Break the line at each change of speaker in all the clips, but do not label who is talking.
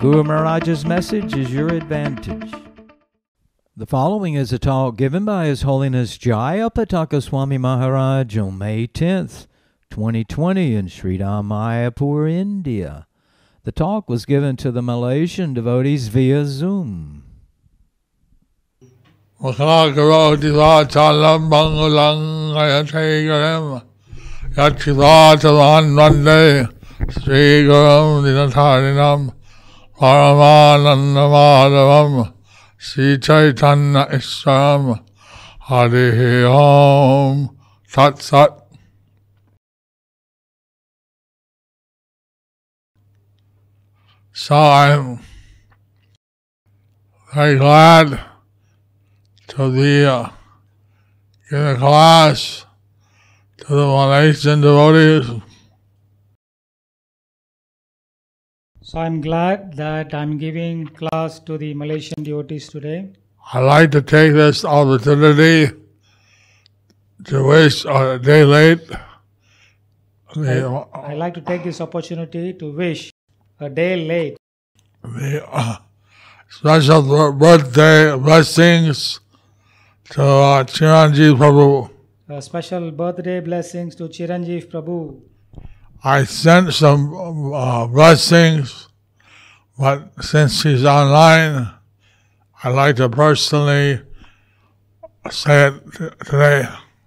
Guru Maharaj's message is your advantage. The following is a talk given by His Holiness Jaya Pataka Swami Maharaj on May 10th, 2020 in Sri Mayapur, India. The talk was given to the Malaysian devotees via Zoom.
Vasakavati Vachalam Bangulang Ayatekaram Yachidatavan Vande Sri Gurum Dinatarinam Paramananda Madhavam Sri Chaitanya Isharam Hare Om Tat Sat So I'm very glad to the uh, in the class to the Malaysian devotees.
So I'm glad that I'm giving class to the Malaysian devotees today.
I'd like to take this opportunity to wish uh, a day late the,
I'd like to take this opportunity to wish a day late
the uh, special bir- birthday blessings to uh, Chiranji Prabhu.
a special birthday blessings to Chiranjeev Prabhu.
I sent some uh, blessings, but since he's online, I'd like to personally say it t- today.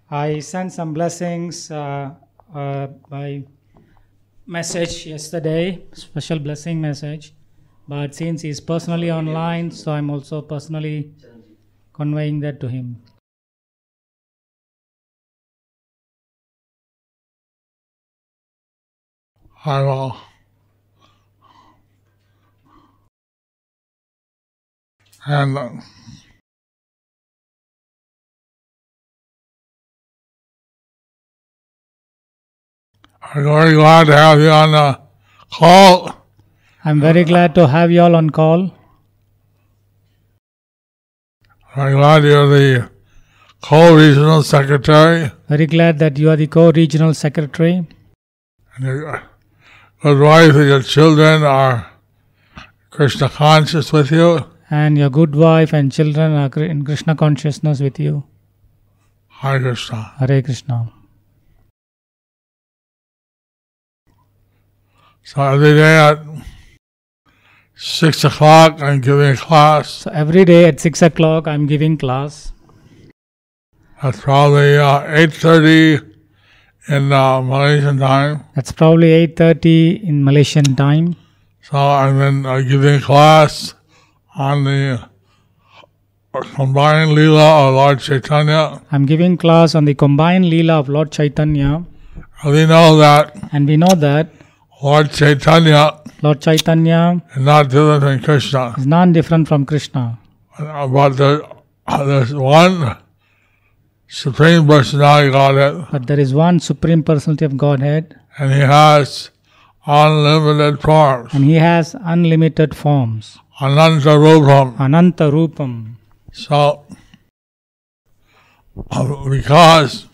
I sent some blessings uh, uh, by message yesterday, special blessing message. But since he's personally online, so I'm also personally conveying that to him.
I will. And uh, I'm very glad to have you on the call.
I'm very glad to have you all on call.
I'm glad you're the co-regional secretary.
Very glad that you are the co-regional secretary.
And your good wife and your children are Krishna conscious with you.
and your good wife and children are Kri- in Krishna consciousness with you.
Hare Krishna.
Hare Krishna.
So every day at six o'clock, I'm giving a class.
So every day at six o'clock, I'm giving class.
That's probably uh, eight thirty in uh, Malaysian time.
That's probably eight thirty in Malaysian time.
So I'm in, uh, giving class on the combined lila of Lord Chaitanya.
I'm giving class on the combined Leela of Lord Chaitanya,
We know that
and we know that
Lord Chaitanya
Lord Chaitanya
is not different than Krishna.
is non different from Krishna.
But the, there's one Supreme Personality Godhead,
But there is one Supreme Personality of Godhead,
and He has unlimited forms,
and He has unlimited forms.
Ananta Rupam.
Ananta Rupam.
So, uh, because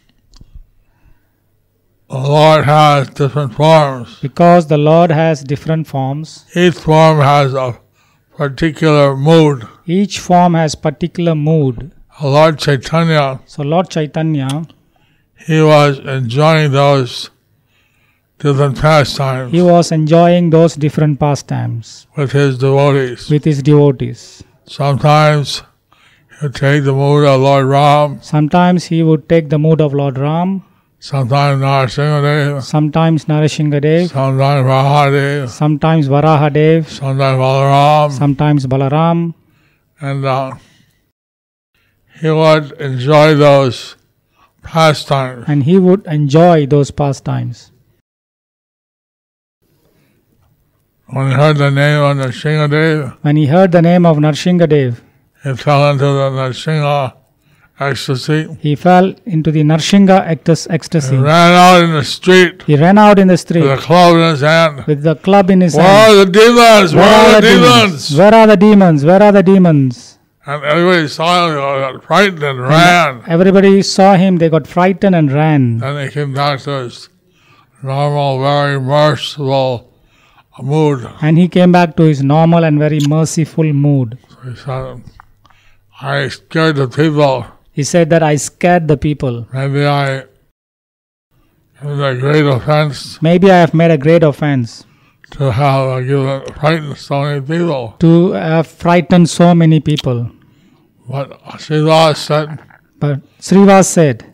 the Lord has different forms,
Because the Lord has different forms,
each form has a particular mood.
each form has particular mood.
The Lord Chaitanya,
So Lord Chaitanya,
He was enjoying those different pastimes
he was enjoying those different pastimes
with His devotees.
with his devotees.
Sometimes he'll take the mood of Lord Ram,
Sometimes he would take the mood of Lord Ram,
sometimes Narasimhadev,
sometimes Narasimhadev,
sometimes Mahadev,
sometimes Varahadev,
sometimes Balaram,
sometimes Balaram,
and uh, he would enjoy those pastimes.
and he would enjoy those pastimes.
When he heard the name of Nrsimha Dev,
When he heard the name of Narsinga Dev,
he fell into the Nrsimha ecstasy.
he fell into the Narsinga ectas-
He
ecstasy.
ran out in the street
He ran out in the
with a
street
club in his hand.
with the club in his
Where
hand.
are the demons? Where are the demons?
Where are the demons? Where are the demons?
And everybody saw him, they got frightened and ran.
Everybody saw him, they got frightened and ran.
Then he came back to his normal, very merciful mood.
And he came back to his normal and very merciful mood.
He said, I scared the people.
He said that I scared the people.
Maybe I was a great offense
Maybe I have made a great offense
to have given frightened so many people.
to have frightened so many people.
But Srila said,
But Srivas said,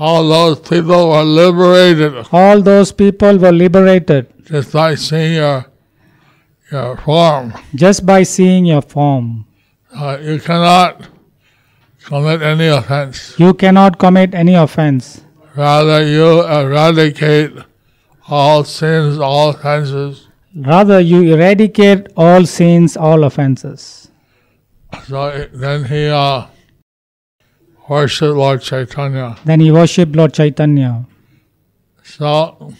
all those people were liberated
all those people were liberated
just by seeing your, your form.
just by seeing your form.
Uh, you cannot commit any offense.
You cannot commit any offense.
Rather, you eradicate all sins, all offenses.
Rather, you eradicate all sins, all offenses.
So then he uh, worshiped Lord Chaitanya.
Then he worshipped Lord Chaitanya.
So,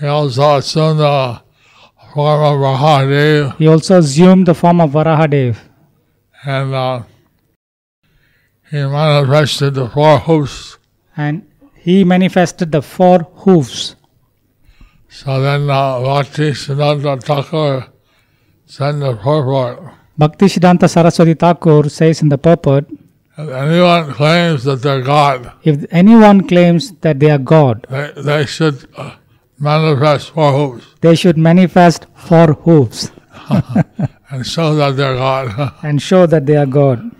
he also assumed the form of Mahadev
He also assumed the form of Varahadev
and uh, he manifested the four hoofs.
and he manifested the four hoofs.
So then uh, Bhakti Siddhanta Thakur sent the purport.
Bhakti Siddhanta Saraswati Thakur says in the purport
If anyone claims that they're God,
if anyone claims that they are God,
they, they should uh, manifest four hoofs
they should manifest four hoofs
and show that they're God.
and show that they are God.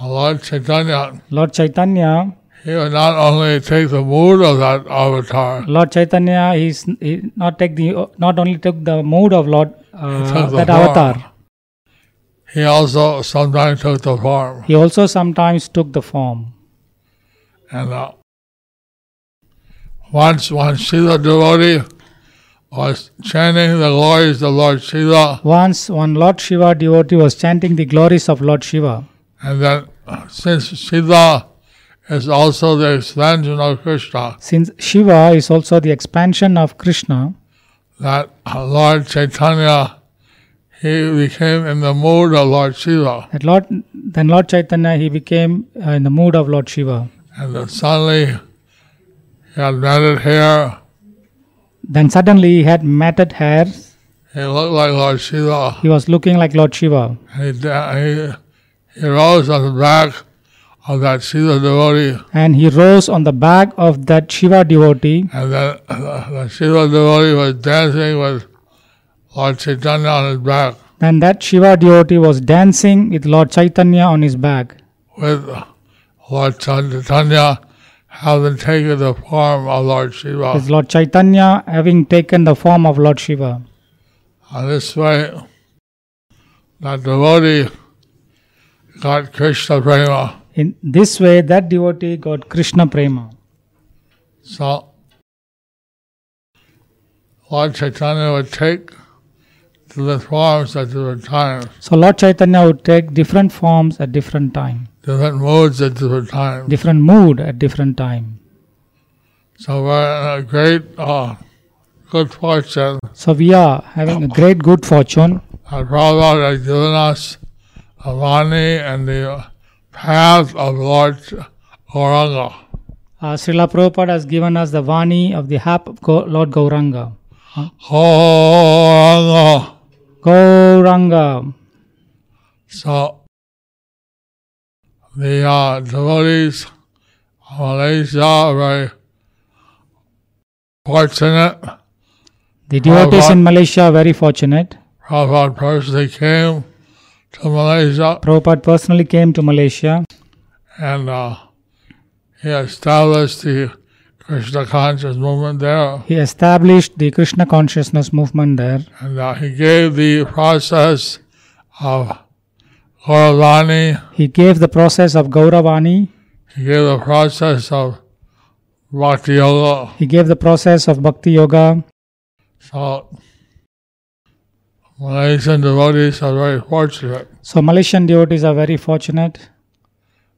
Lord Chaitanya,
Lord Chaitanya
he would not only take the mood of that avatar,
Lord Chaitanya is he not take the not only took the mood of Lord uh,
took the
that
form.
avatar.
He also sometimes took the form,
He also sometimes took the form.
and uh, once when Srila devotee was chanting the glories of Lord Srila,
Once one Lord Shiva devotee was chanting the glories of Lord Shiva,
and then uh, since Srila is also the expansion of Krishna,
since Shiva is also the expansion of Krishna,
that uh, Lord Chaitanya he became in the mood of Lord Srila,
that Lord then Lord Chaitanya he became uh, in the mood of Lord Shiva.
and then suddenly he had matted hair.
Then suddenly he had matted hair.
He looked like Lord Srila.
He was looking like Lord Shiva.
He, da- he, he rose on the back of that Sila devotee,
And he rose on the back of that Shiva devotee
and then the Sila devotee was dancing with Lord Chaitanya on his back
and that Shiva devotee was dancing with Lord Chaitanya on his back.
with Lord Chaitanya having taken the form of Lord Shiva.
with Lord Chaitanya having taken the form of Lord Shiva.
And this way, that devotee got Krishna Prema.
In this way, that devotee got Krishna Prema.
So, Lord Chaitanya would take to the forms at different times.
So Lord Chaitanya would take different forms at different time,
different moods at different times.
different mood at different time.
So we're in a great uh, good fortune
So we are having a great good fortune
that Prabhupada has given us the money and the path of Lord Gauranga.
Uh, Srila Prabhupada has given us the Vani of the harp of Go- Lord Gauranga.
Gauranga.
Gauranga.
So the uh, devotees of Malaysia are very fortunate.
The devotees
Prabhupada-
in Malaysia are very fortunate.
Prabhupada personally came to Malaysia
Prabhupada personally came to Malaysia
and uh, he established the Krishna conscious movement there,
He established the Krishna consciousness movement there.
and uh, he gave the process of Gauravani,
He gave the process of Gauravani.
he gave the process of Bhakti Yoga,
He gave the process of Bhakti Yoga.
So, Malaysian devotees are very fortunate.
So Malaysian devotees are very fortunate,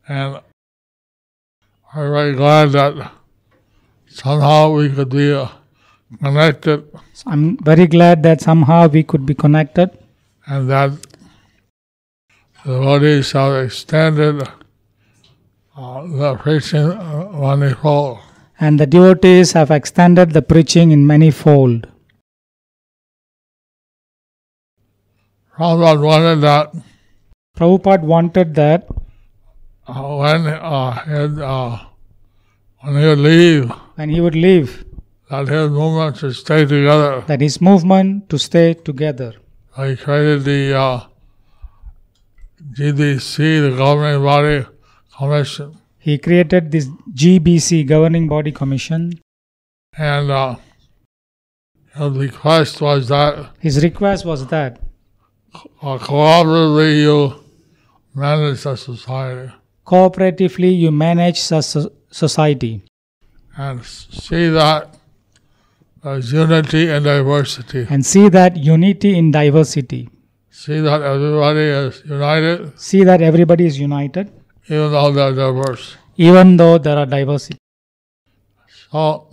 and I'm very glad that somehow we could be uh, connected
so I'm very glad that somehow we could be connected
and that the devotees have extended uh, the preaching uh, manifold.
and the devotees have extended the preaching in manifold.
Prabhupada wanted that
Prabhupada wanted that
uh, when, uh, he'd, uh, when he would leave,
when he would leave,
that his movement should stay together.
that his movement to stay together.
I created the uh, GDC, the governing body commission,
He created this GBC Governing Body Commission.
and uh, his request was that
His request was that
uh, cooperatively you manage the society
cooperatively you manage so- society
and see that there's unity and diversity.
and see that unity in diversity.
See that everybody is united,
See that everybody is united,
even though they're diverse.
even though there are diversity.
So,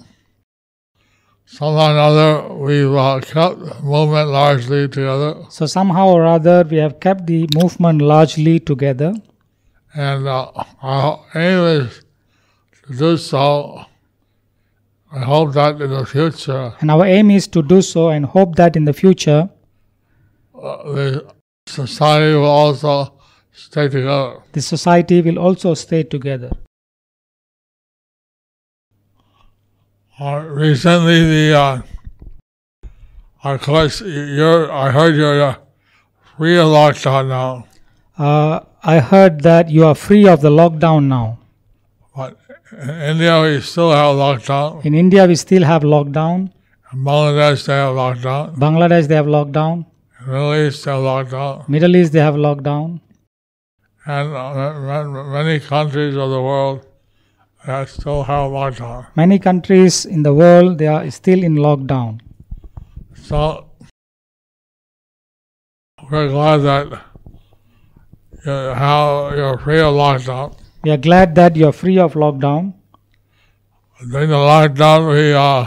somehow or another, we've uh, kept the movement largely together.
So somehow or other, we have kept the movement largely together,
And uh, our aim is to do so. uh, I hope that in the future,
and our aim is to do so and hope that in the future
uh, the society will also stay together.
the society will also stay together.
Uh, recently, the uh, of course, you're, I heard you're uh, free of lockdown now,
Uh, I heard that you are free of the lockdown now.
but in India we still have lockdown.
In India, we still have lockdown.
In Bangladesh they have lockdown.
Bangladesh, they have lockdown.
In Middle East they have lockdown,
Middle East, they have lockdown.
and uh, ma- ma- many countries of the world that still have lockdown.
Many countries in the world, they are still in lockdown.
So we're glad that you have you're free of lockdown.
We are glad that you are free of lockdown.
During the lockdown, we uh,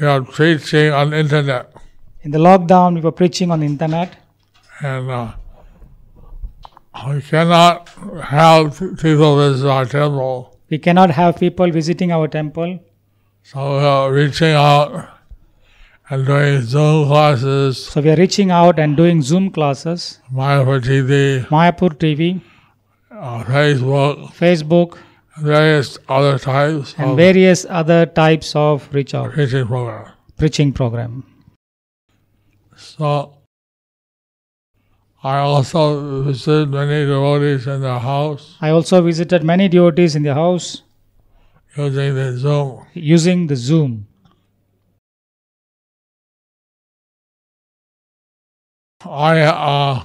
we are preaching on internet,
In the lockdown, we were preaching on internet.
and uh, we cannot have people visit our temple.
We cannot have people visiting our temple.
So we are reaching out and doing Zoom classes,
So we are reaching out and doing Zoom classes,
Mayapur TV,
Mayapur TV,
uh, Facebook,
Facebook,
various other types
and
of
various other types of reach out
preaching programs.
preaching program.
So I also visited many devotees in their house
I also visited many devotees in their house
using the Zoom.
using the Zoom.
I uh,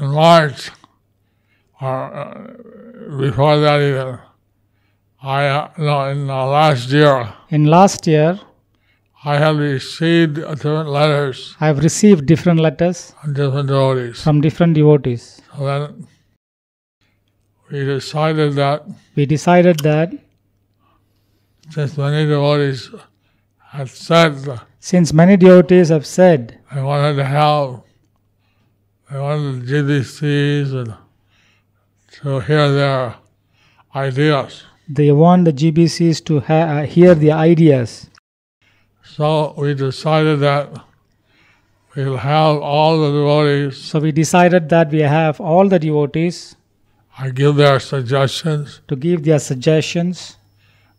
in March or uh, before that even I uh, no in the last year
In last year,
I have received different letters
I have received different letters
from different devotees.
from different devotees.
So then we decided that
We decided that
since many devotees had said that
since many devotees have said
I wanted to have, I wanted the GDCs and to hear their ideas.
they want the GBCs to ha- uh, hear the ideas.
So we decided that we'll have all the devotees
So we decided that we have all the devotees
I give their suggestions,
to give their suggestions,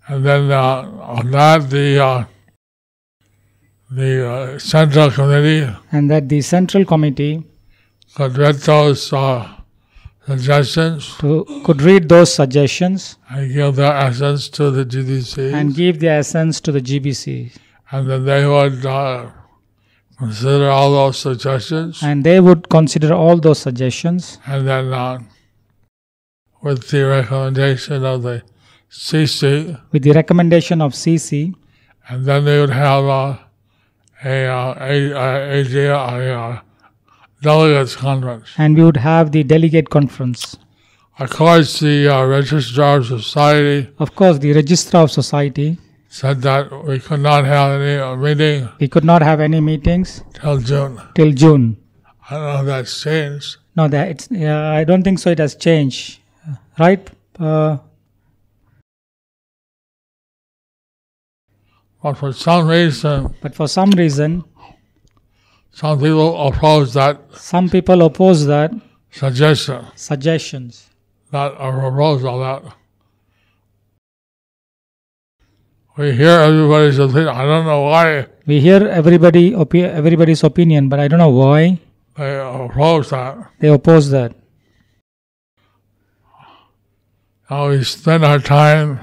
and then uh, on that the uh, the uh, central committee
and that the central committee
could read those uh, suggestions
to, could read those suggestions
and give their essence to the GDCs.
and give their essence to the GBC,
and then they would uh, consider all those suggestions,
and they would consider all those suggestions.
and then uh, with the recommendation of the CC,
With the recommendation of CC,
and then they would have a a, uh, a, a, a, a uh, delegates conference.
and we would have the delegate conference.
Of course, the uh, Registrar of Society
Of course, the registrar of society,
said that we could not have any uh, meeting
we could not have any meetings
till June.
till June.
I don't know if that's changed.
No, that it's. Yeah, I don't think so. It has changed, right? Uh,
But for some reason,
but for some reason,
some people opposed that
some people oppose that
suggestion,
suggestions.
that a proposal that we hear everybody's opinion. I don't know why
We hear everybody opi- everybody's opinion, but I don't know why
they oppose that.
they oppose that.
Now we spend our time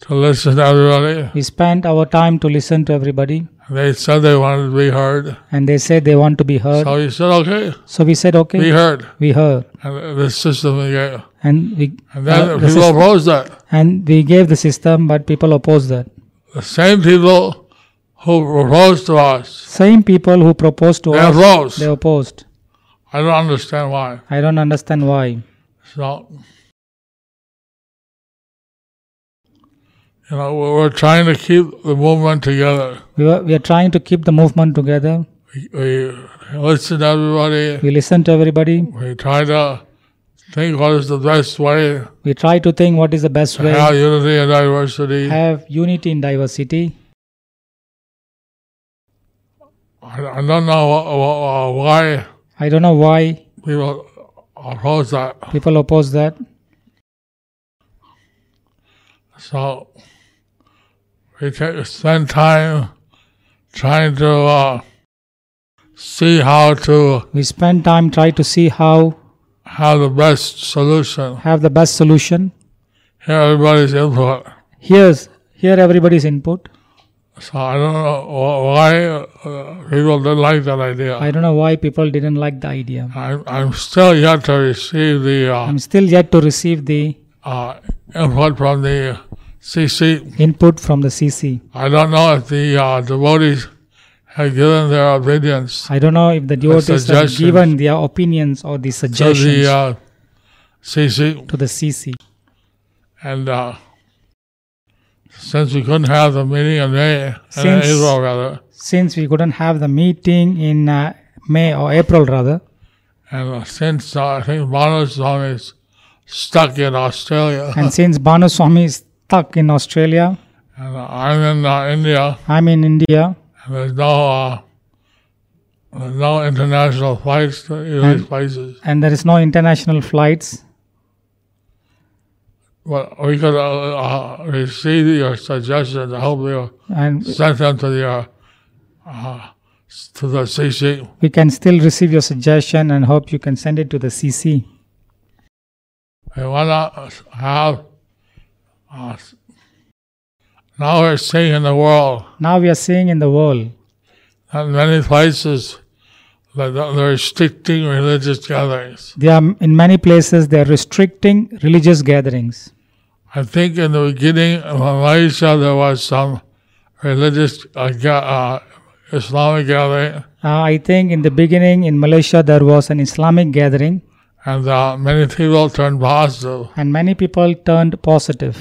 to listen to everybody.
We spent our time to listen to everybody,
They said they wanted to be heard.
and they said they want to be heard.
So we said, okay,
so we said, okay,
be heard.
we heard,
And the system we gave.
and we
And then
uh, the
people
sys-
opposed that.
and we gave the system, but people oppose that.
The same people who proposed to us,
Same people who proposed to
they
us,
opposed.
they opposed.
I don't understand why.
I don't understand why.
So, you know, we- we're trying to keep the movement together.
We, were, we are trying to keep the movement together.
We, we listen to everybody.
We listen to everybody.
We try to think what is the best way
We try to think what is the best
to
way
have unity and diversity.
have unity in diversity.
I, I don't know wh- wh- wh- why
I don't know why
people oppose that.
people oppose that.
So we take, spend time trying to uh, see how to
We spend time trying to see how
have the best solution.
have the best solution.
Hear everybody's input.
Here's hear everybody's input.
So I don't know wh- why uh, people didn't like that idea.
I don't know why people didn't like the idea.
I'm, I'm still yet to receive the uh,
I'm still yet to receive the
uh, input from the CC.
input from the CC.
I don't know if the uh, devotees have given their opinions
I don't know if the devotees have
suggestions.
given their opinions or the
to
suggestions
the uh, CC.
to the CC.
And uh, since we couldn't have the meeting in May, in
Since-
April rather,
Since we couldn't have the meeting in uh, May or April rather,
and uh, since uh, I think Manaswamy is stuck in Australia,
and since Banu Swami is stuck in Australia,
and uh, I'm in uh, India,
I'm in India,
and there's no uh, there's no international flights to either of these
And-
places.
and there is no international flights.
But we could uh, uh, receive your suggestions to help you
And
send them to the uh, uh, to the CC.
we can still receive your suggestion and hope you can send it to the CC.
We want to have uh, now we're seeing in the world
Now we are seeing in the world
that many places that that they're restricting religious gatherings.
they are in many places they are restricting religious gatherings.
I think in the beginning in Malaysia there was some religious uh, ga- uh, Islamic gathering,
Uh, I think in the beginning in Malaysia there was an Islamic gathering
and uh, many people turned positive.
and many people turned positive.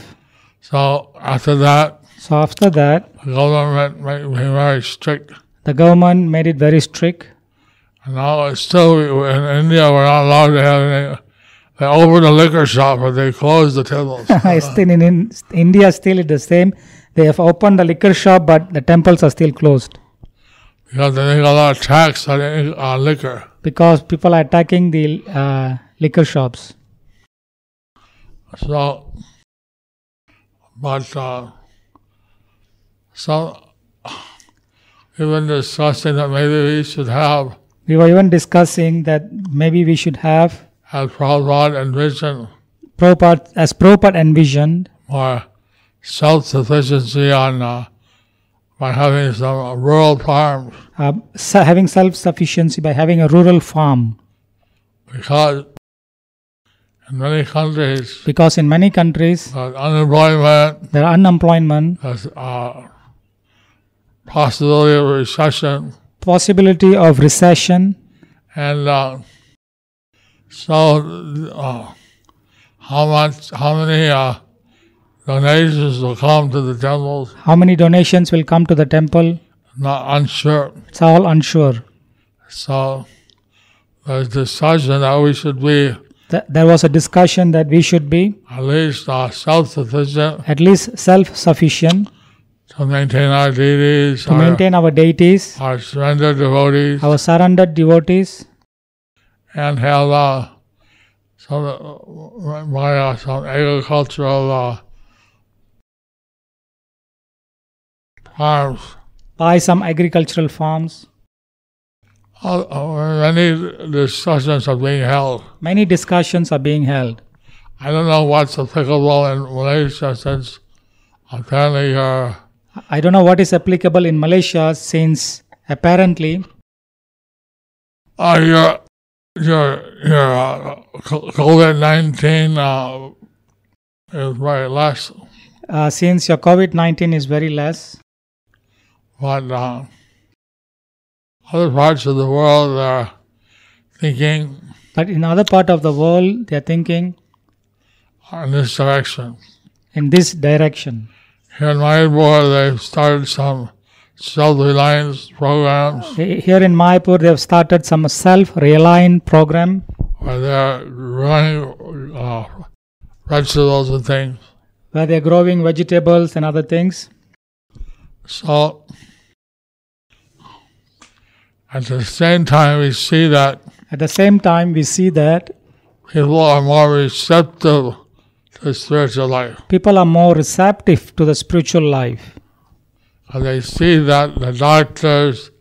So after that,
So after that,
the government made me very strict.
the government made it very strict.
And now it's still in India, we're not allowed to have any. They open the liquor shop, but they close the temples.
still in, in India, still it the same. They have opened the liquor shop, but the temples are still closed
because they make a lot of tax on, on liquor.
because people are attacking the uh, liquor shops.
So, but uh, so we've been discussing that maybe we should have
We were even discussing that maybe we should have
as Prabhupada envision
Prabhupada, as Prabhupada envisioned,
more self-sufficiency on uh, by having some rural farms
uh, se- having self sufficiency by having a rural farm.
because in many countries
Because in many countries,
uh, unemployment
there are unemployment,
has uh, possibility of recession.
possibility of recession.
And uh, so, uh, how much, how many uh, donations will come to the temples?
How many donations will come to the temple?
Not unsure.
It's all unsure.
So, there's discussion that we should be
Th- there was a discussion that we should be
at least uh, self-sufficient
at least self-sufficient
to maintain our deities,
to maintain our deities,
our, our surrendered devotees,
our surrendered devotees,
and have uh, some, uh, my, uh, some agricultural uh, farms.
buy some agricultural farms.
Uh, uh, many discussions are being held.
Many discussions are being held.
I don't know what's applicable in Malaysia since apparently uh,
I don't know what is applicable in Malaysia since apparently
uh, your your your uh, COVID nineteen uh, is very less,
uh, since your COVID 19 is very less,
but uh, other parts of the world are thinking
but in other part of the world they are thinking
in this direction.
in this direction.
Here in Mayapur, they've started some self-reliance programs
Here in Mayapur, they have started some self-reliant program
where they're growing uh, vegetables and things.
where they are growing vegetables and other things.
So, at the same time, we see that
At the same time, we see that
people are more receptive to spiritual life.
people are more receptive to the spiritual life.
And they see that the doctors,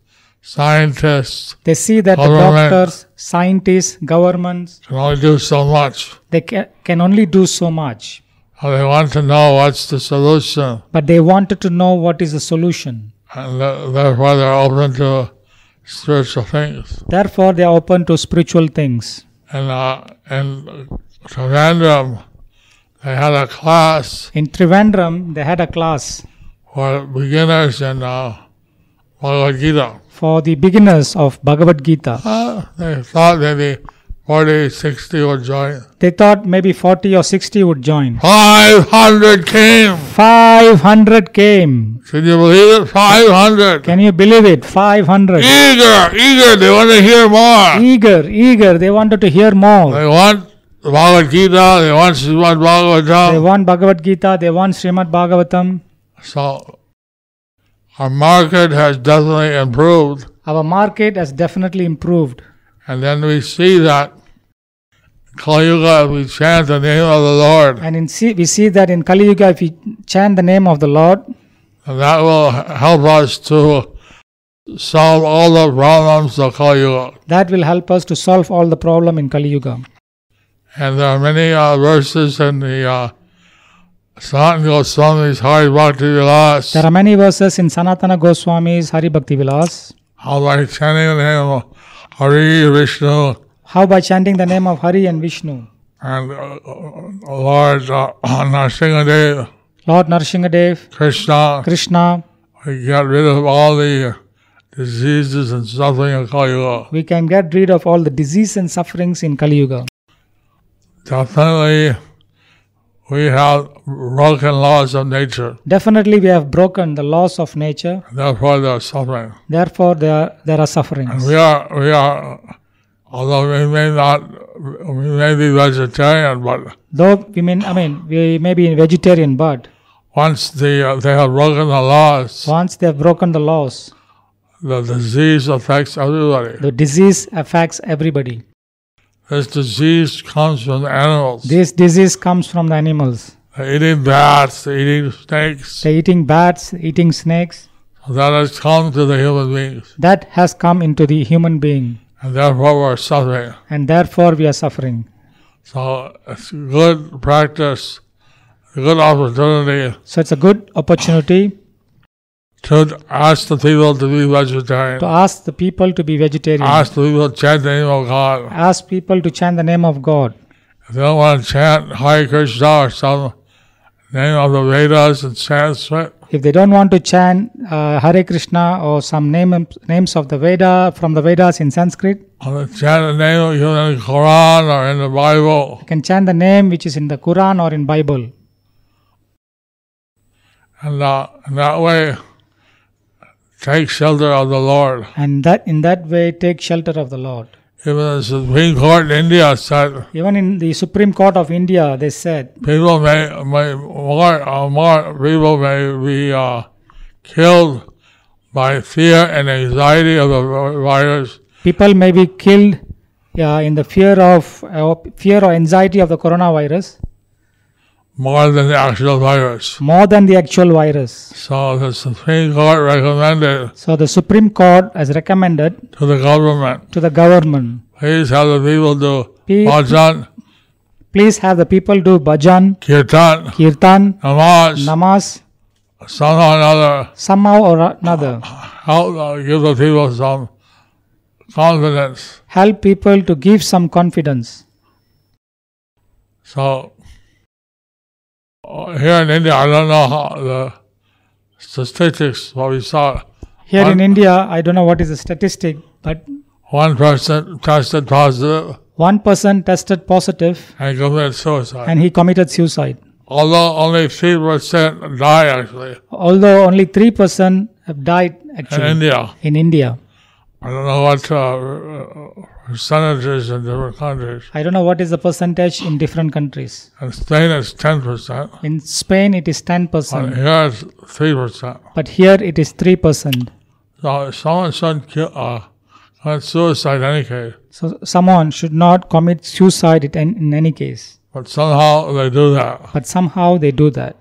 scientists
They see that the
Government.
doctors, scientists, governments,
can only do so much.
they ca- can only do so much.
And they want to know what's the solution.
But they wanted to know what is the solution.
And th- therefore, they're open to spiritual things.
Therefore, they are open to spiritual things.
And, uh, and to random, they had a class
In Trivandrum, they had a class
for beginners and uh, Bhagavad Gita.
for the beginners of Bhagavad Gita.
Uh, they thought maybe 40, 60 would join.
They thought maybe 40 or 60 would join.
500 came!
500 came.
Can you believe it? 500!
Can you believe it? 500.
Eager, eager, they want to hear more.
Eager, eager. They wanted to hear more.
They want Bhagavad Gita, they want Srimad
They
Bhagavatam.
want Bhagavad Gita, they want Srimad Bhagavatam.
So, our market has definitely improved.
Our market has definitely improved.
And then we see that Kali Yuga, we chant the name of the Lord.
And in see, we see that in Kali Yuga, if we chant the name of the Lord,
And that will help us to solve all the problems of Kali Yuga.
that will help us to solve all the problem in Kali Yuga.
And there are many uh, verses in the uh, Sanatana Goswami's Hari Bhakti Vilas
There are many verses in Sanatana Goswami's Hari Bhakti Vilas.
how by chanting the name of Hari, Vishnu,
How by chanting the name of Hari and Vishnu,
and uh, uh, Lord uh, Narasimhadev,
Lord Narsingadev,
Krishna,
Krishna,
we get rid of all the diseases and suffering of Kali Yuga.
we can get rid of all the disease and sufferings in Kali Yuga.
Definitely, we have broken laws of nature.
Definitely, we have broken the laws of nature,
therefore they are suffering.
therefore, there, there
And
are sufferings.
we are, we are, although we may not, we may be vegetarian, but
Though we mean, I mean, we may be vegetarian, but
once the, uh, they have broken the laws,
once they have broken the laws,
the disease affects everybody.
the disease affects everybody.
This disease comes from animals. They're
This disease comes from the animals.
eating bats, they're eating snakes.
They're eating bats, eating snakes.
That has come to the human beings,
That has come into the human being,
and therefore we're suffering.
and therefore we are suffering.
So it's good practice, good opportunity
So it's a good opportunity
to ask the people to be vegetarian.
to ask the people to be vegetarian.
Ask the people to chant the name of God.
Ask people to chant the name of God.
If they don't want to chant Hare Krishna or some name of the Vedas and Sanskrit,
If they don't want to chant uh, Hare Krishna or some name, names of the Veda from the Vedas in Sanskrit,
Or they chant the name of you in the Quran or in the Bible,
you can chant the name which is in the Quran or in Bible.
and uh, in that way, take shelter of the Lord.
And that in that way, take shelter of the Lord.
Even the Supreme Court in India said
Even in the Supreme Court of India, they said
people may, may more, uh, more people may be uh, killed by fear and anxiety of the virus
people may be killed uh, in the fear of uh, fear or anxiety of the coronavirus
more than the actual virus.
more than the actual virus.
So the Supreme Court recommended
So the Supreme Court has recommended
to the government,
to the government,
please have the people do
Pe-
bhajan,
please have the people do bhajan,
kirtan,
kirtan,
namaz,
namas
somehow or another,
somehow or another.
help uh, give the people some confidence.
Help people to give some confidence.
So uh, here in India, I don't know how the statistics, but we saw
Here in
One-
India, I don't know what is the statistic, but
one person tested positive
one person tested positive
and committed suicide.
and he committed suicide.
Although only 3% die actually
Although only three person have died
in
actually
India.
in India.
I don't know what uh, percentages in different countries.
I don't know what is the percentage in different countries.
In Spain, it's 10%.
In Spain, it is ten
And
percent,
here, it's 3%.
but here it is three percent.
So if someone should kill, uh, commit suicide in any case,
So someone should not commit suicide it- in, in any case,
but somehow they do that.
but somehow they do that.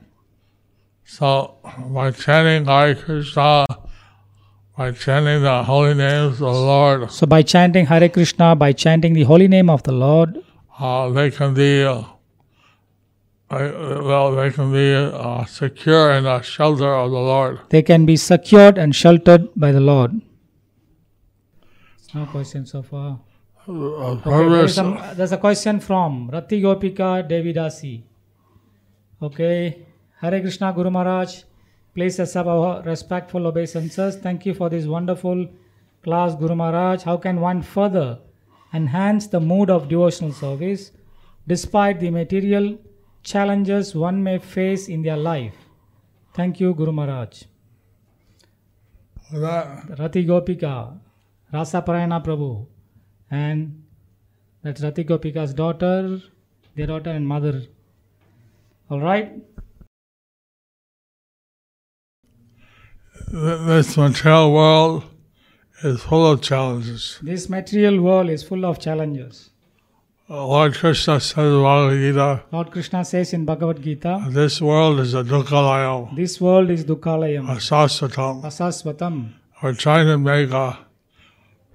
So by chanting Hare Krishna, by chanting the holy names of the Lord,
So by chanting Hare Krishna, by chanting the holy name of the Lord,
uh, they can be uh, they- well, they can be uh, secure in the shelter of the Lord.
they can be secured and sheltered by the Lord. No question so far.
Uh,
Okay,
purpose-
there's, a, there's a question from Rati Gopika Devidasi. Okay, Hare Krishna Guru Maharaj, please accept our respectful obeisances. Thank you for this wonderful class, Guru Maharaj. How can one further enhance the mood of devotional service despite the material challenges one may face in their life? Thank you, Guru Maharaj.
That-
Rati Gopika, Rasa Parayana Prabhu, and that's Rati Gopika's daughter, their daughter and mother. All right.
th- this material world is full of challenges.
This material world is full of challenges.
Uh, Lord Krishna says in Bhagavad Gita,
Lord Krishna says in Bhagavad Gita,
this world is a dukkhalayam,
this world is
a
Dukkalayam,
sasvatam.
Asasvatam.
We're trying to make a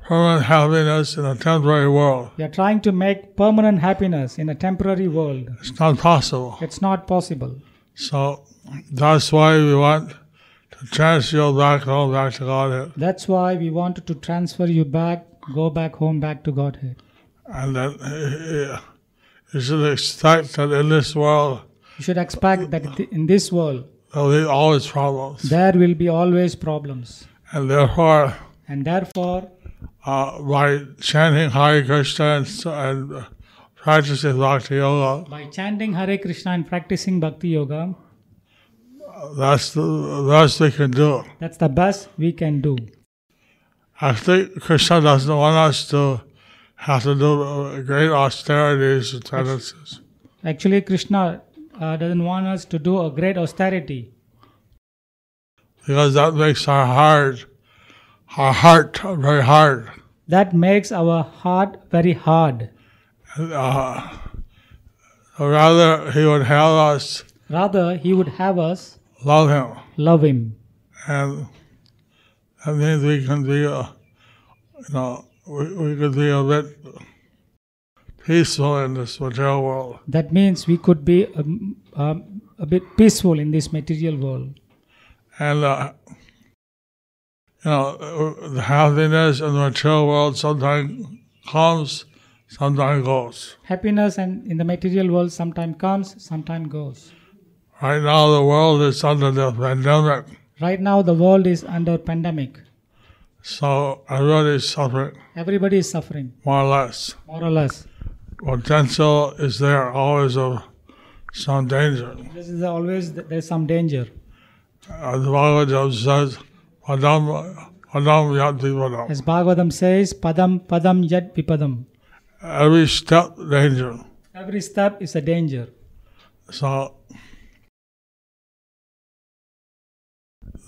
permanent happiness in a temporary world.
We are trying to make permanent happiness in a temporary world.
It's not possible.
It's not possible.
So that's why we want to transfer back home, back to Godhead.
That's why we wanted to transfer you back, go back home, back to Godhead.
And that uh, you should expect that in this world
You should expect that th- in this world,
there'll be always problems.
there will be always problems.
And therefore,
And therefore,
uh, by chanting Hare Krishna and, s- and uh, practicing Bhakti Yoga,
by chanting Hare Krishna and practicing Bhakti Yoga,
that's the best we can do.
that's the best we can do.
Actually, Krishna doesn't want us to have to do uh, great austerities and penances.
Actually, Krishna uh, doesn't want us to do a great austerity
because that makes our heart, our heart very hard.
that makes our heart very hard.
Uh, so rather, he would have us
Rather, he would have us
love him,
love him.
and that means we can be, uh, you know, we, we could be a bit peaceful in this material world.
That means we could be um, um, a bit peaceful in this material world.
And, uh, you know, uh, the happiness in the material world sometimes comes, sometimes goes.
Happiness and in the material world sometimes comes, sometimes goes.
Right now, the world is under the pandemic,
Right now, the world is under pandemic.
so everybody's suffering
Everybody is suffering,
more or less.
more or less.
Potential is there, always of some danger.
This is always there is some danger.
As Bhagavad Gita says, Padam, Padam Yat Vipadam.
As Bhagavatam says, padam padam yad vipadam.
Every step, danger.
Every step is a danger.
So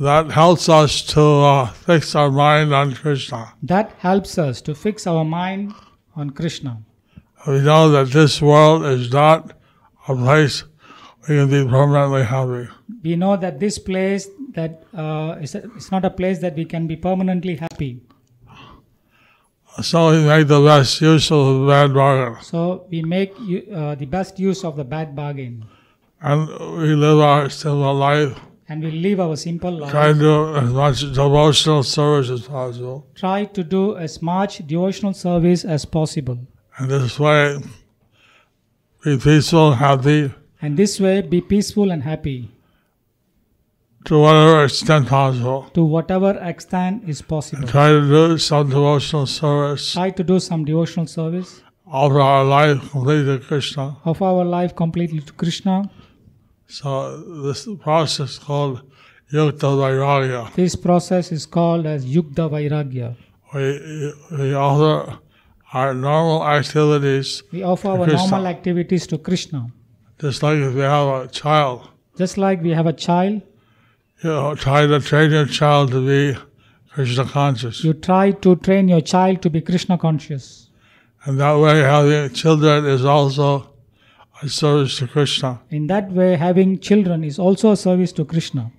that helps us to uh, fix our mind on Krishna.
That helps us to fix our mind on Krishna.
We know that this world is not a place we can be permanently happy.
We know that this place that uh, is a- it's not a place that we can be permanently happy.
So we make the best use of the bad bargain,
So we make u- uh, the best use of the bad bargain,
and we live our simple life,
and we live our simple life.
try to do as much devotional service as possible.
Try to do as much devotional service as possible,
And this way, be peaceful and happy
and this way be peaceful and happy
to whatever extent possible.
to whatever extent is possible.
Try to do some devotional service,
Try to do some devotional service.
offer our life completely to Krishna.
Offer our life completely to Krishna.
So this process is called Yukta Vairagya.
This process is called as Yugda Vairagya.
we, we offer our normal activities
We offer our
Krishna.
normal activities to Krishna.
just like if you have a child.
Just like we have a child,
You know, try to train your child to be Krishna conscious.
you try to train your child to be Krishna conscious.
And that way, having children is also a service to Krishna.
In that way, having children is also a service to Krishna.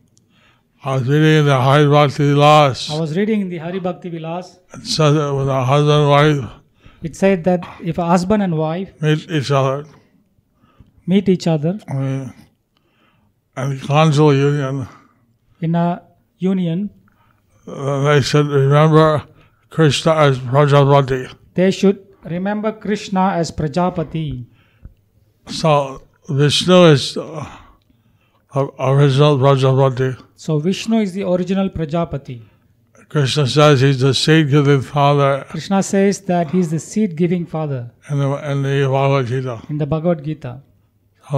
I was reading in the Hari Bhakti Vilas,
I was reading in the Hari Bhakti Vilas,
it said that when a husband and wife
it said that if a husband and wife
meet each other,
meet each other
I mean, and conjugal union,
in a union,
uh, they should remember Krishna as Prajapati.
they should remember Krishna as Prajapati.
So Vishnu is uh, o- original Prajapati.
So Vishnu is the original Prajapati.
Krishna says he's the seed giving father
Krishna says that he is the seed giving father
in the, in the Bhagavad Gita.
in the Bhagavad Gita.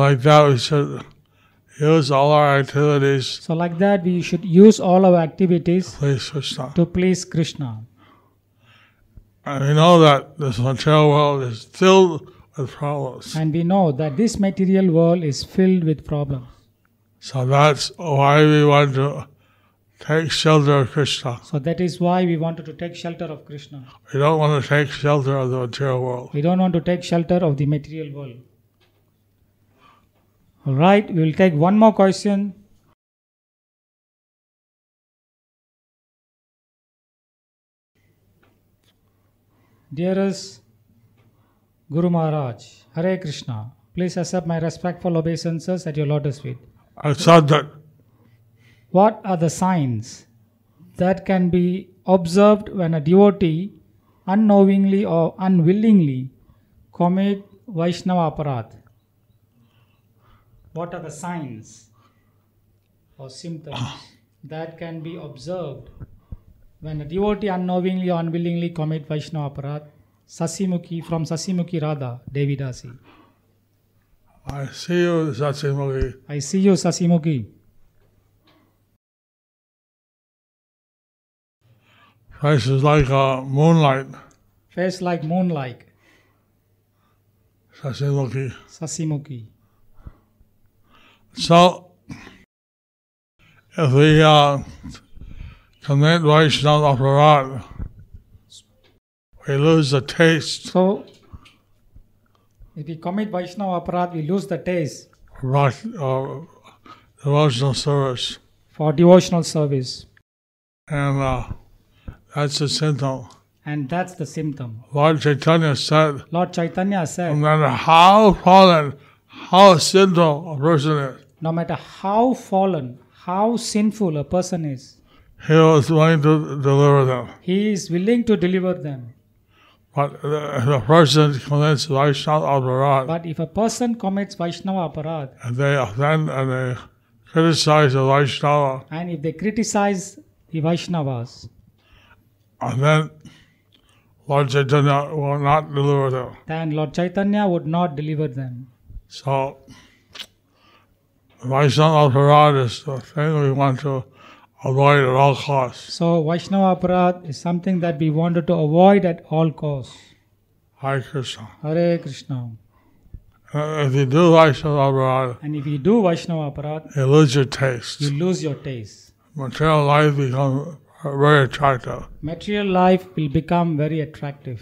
Like that, we should use all our activities
So, like that, we should use all our activities
to please Krishna.
to please Krishna.
And we know that this material world is filled with problems.
And we know that this material world is filled with problems.
So that's why we want to take shelter of Krishna.
So, that is why we wanted to take shelter of Krishna.
We don't want to take shelter of the material world.
We don't want to take shelter of the material world. All right, we will take one more question. Dearest Guru Maharaj, Hare Krishna, please accept my respectful obeisances at your lotus feet.
Accept that
What are the signs that can be observed when a devotee unknowingly or unwillingly commit Vaishnava aparat? What are the signs or symptoms that can be observed when a devotee unknowingly or unwillingly commit Vaishnava aparat? Sasimukhi from Sasimukhi Radha, Devidasi.
I see you, Satsimogi.
I see you, Sasimukhi.
Christ is like a moonlight,
Face like moonlight,
Satsimogi.
Sasimukhi.
So, if we uh, commit Vaishnava Aparat, we lose the taste
So, if we commit Vaishnava aparat, we lose the taste
of bhak- uh, devotional service.
for devotional service,
And uh, that's a symptom.
and that's the symptom.
Lord Chaitanya said,
Lord Chaitanya
no
said,
matter how fallen, how sinful a person is,
no matter how fallen, how sinful a person is,
he was willing to deliver them.
he is willing to deliver them
But the, the person commits Vaishnava Aparad,
But if a person commits Vaishnava aparad
and they offend and they criticize the Vaishnava,
and if they criticize the Vaishnavas,
and then Lord Chaitanya will not deliver them.
then Lord Chaitanya would not deliver them.
So, Vaishnava Aparad is the thing we want to avoid at all costs.
So Vaishnava aparad is something that we wanted to avoid at all costs.
Hare Krishna.
Hare Krishna.
Uh, If you do Vaishnava Aparad,
And if you do Vaishnava aparad,
you lose your taste.
you lose your taste.
Material life becomes very attractive.
Material life will become very attractive.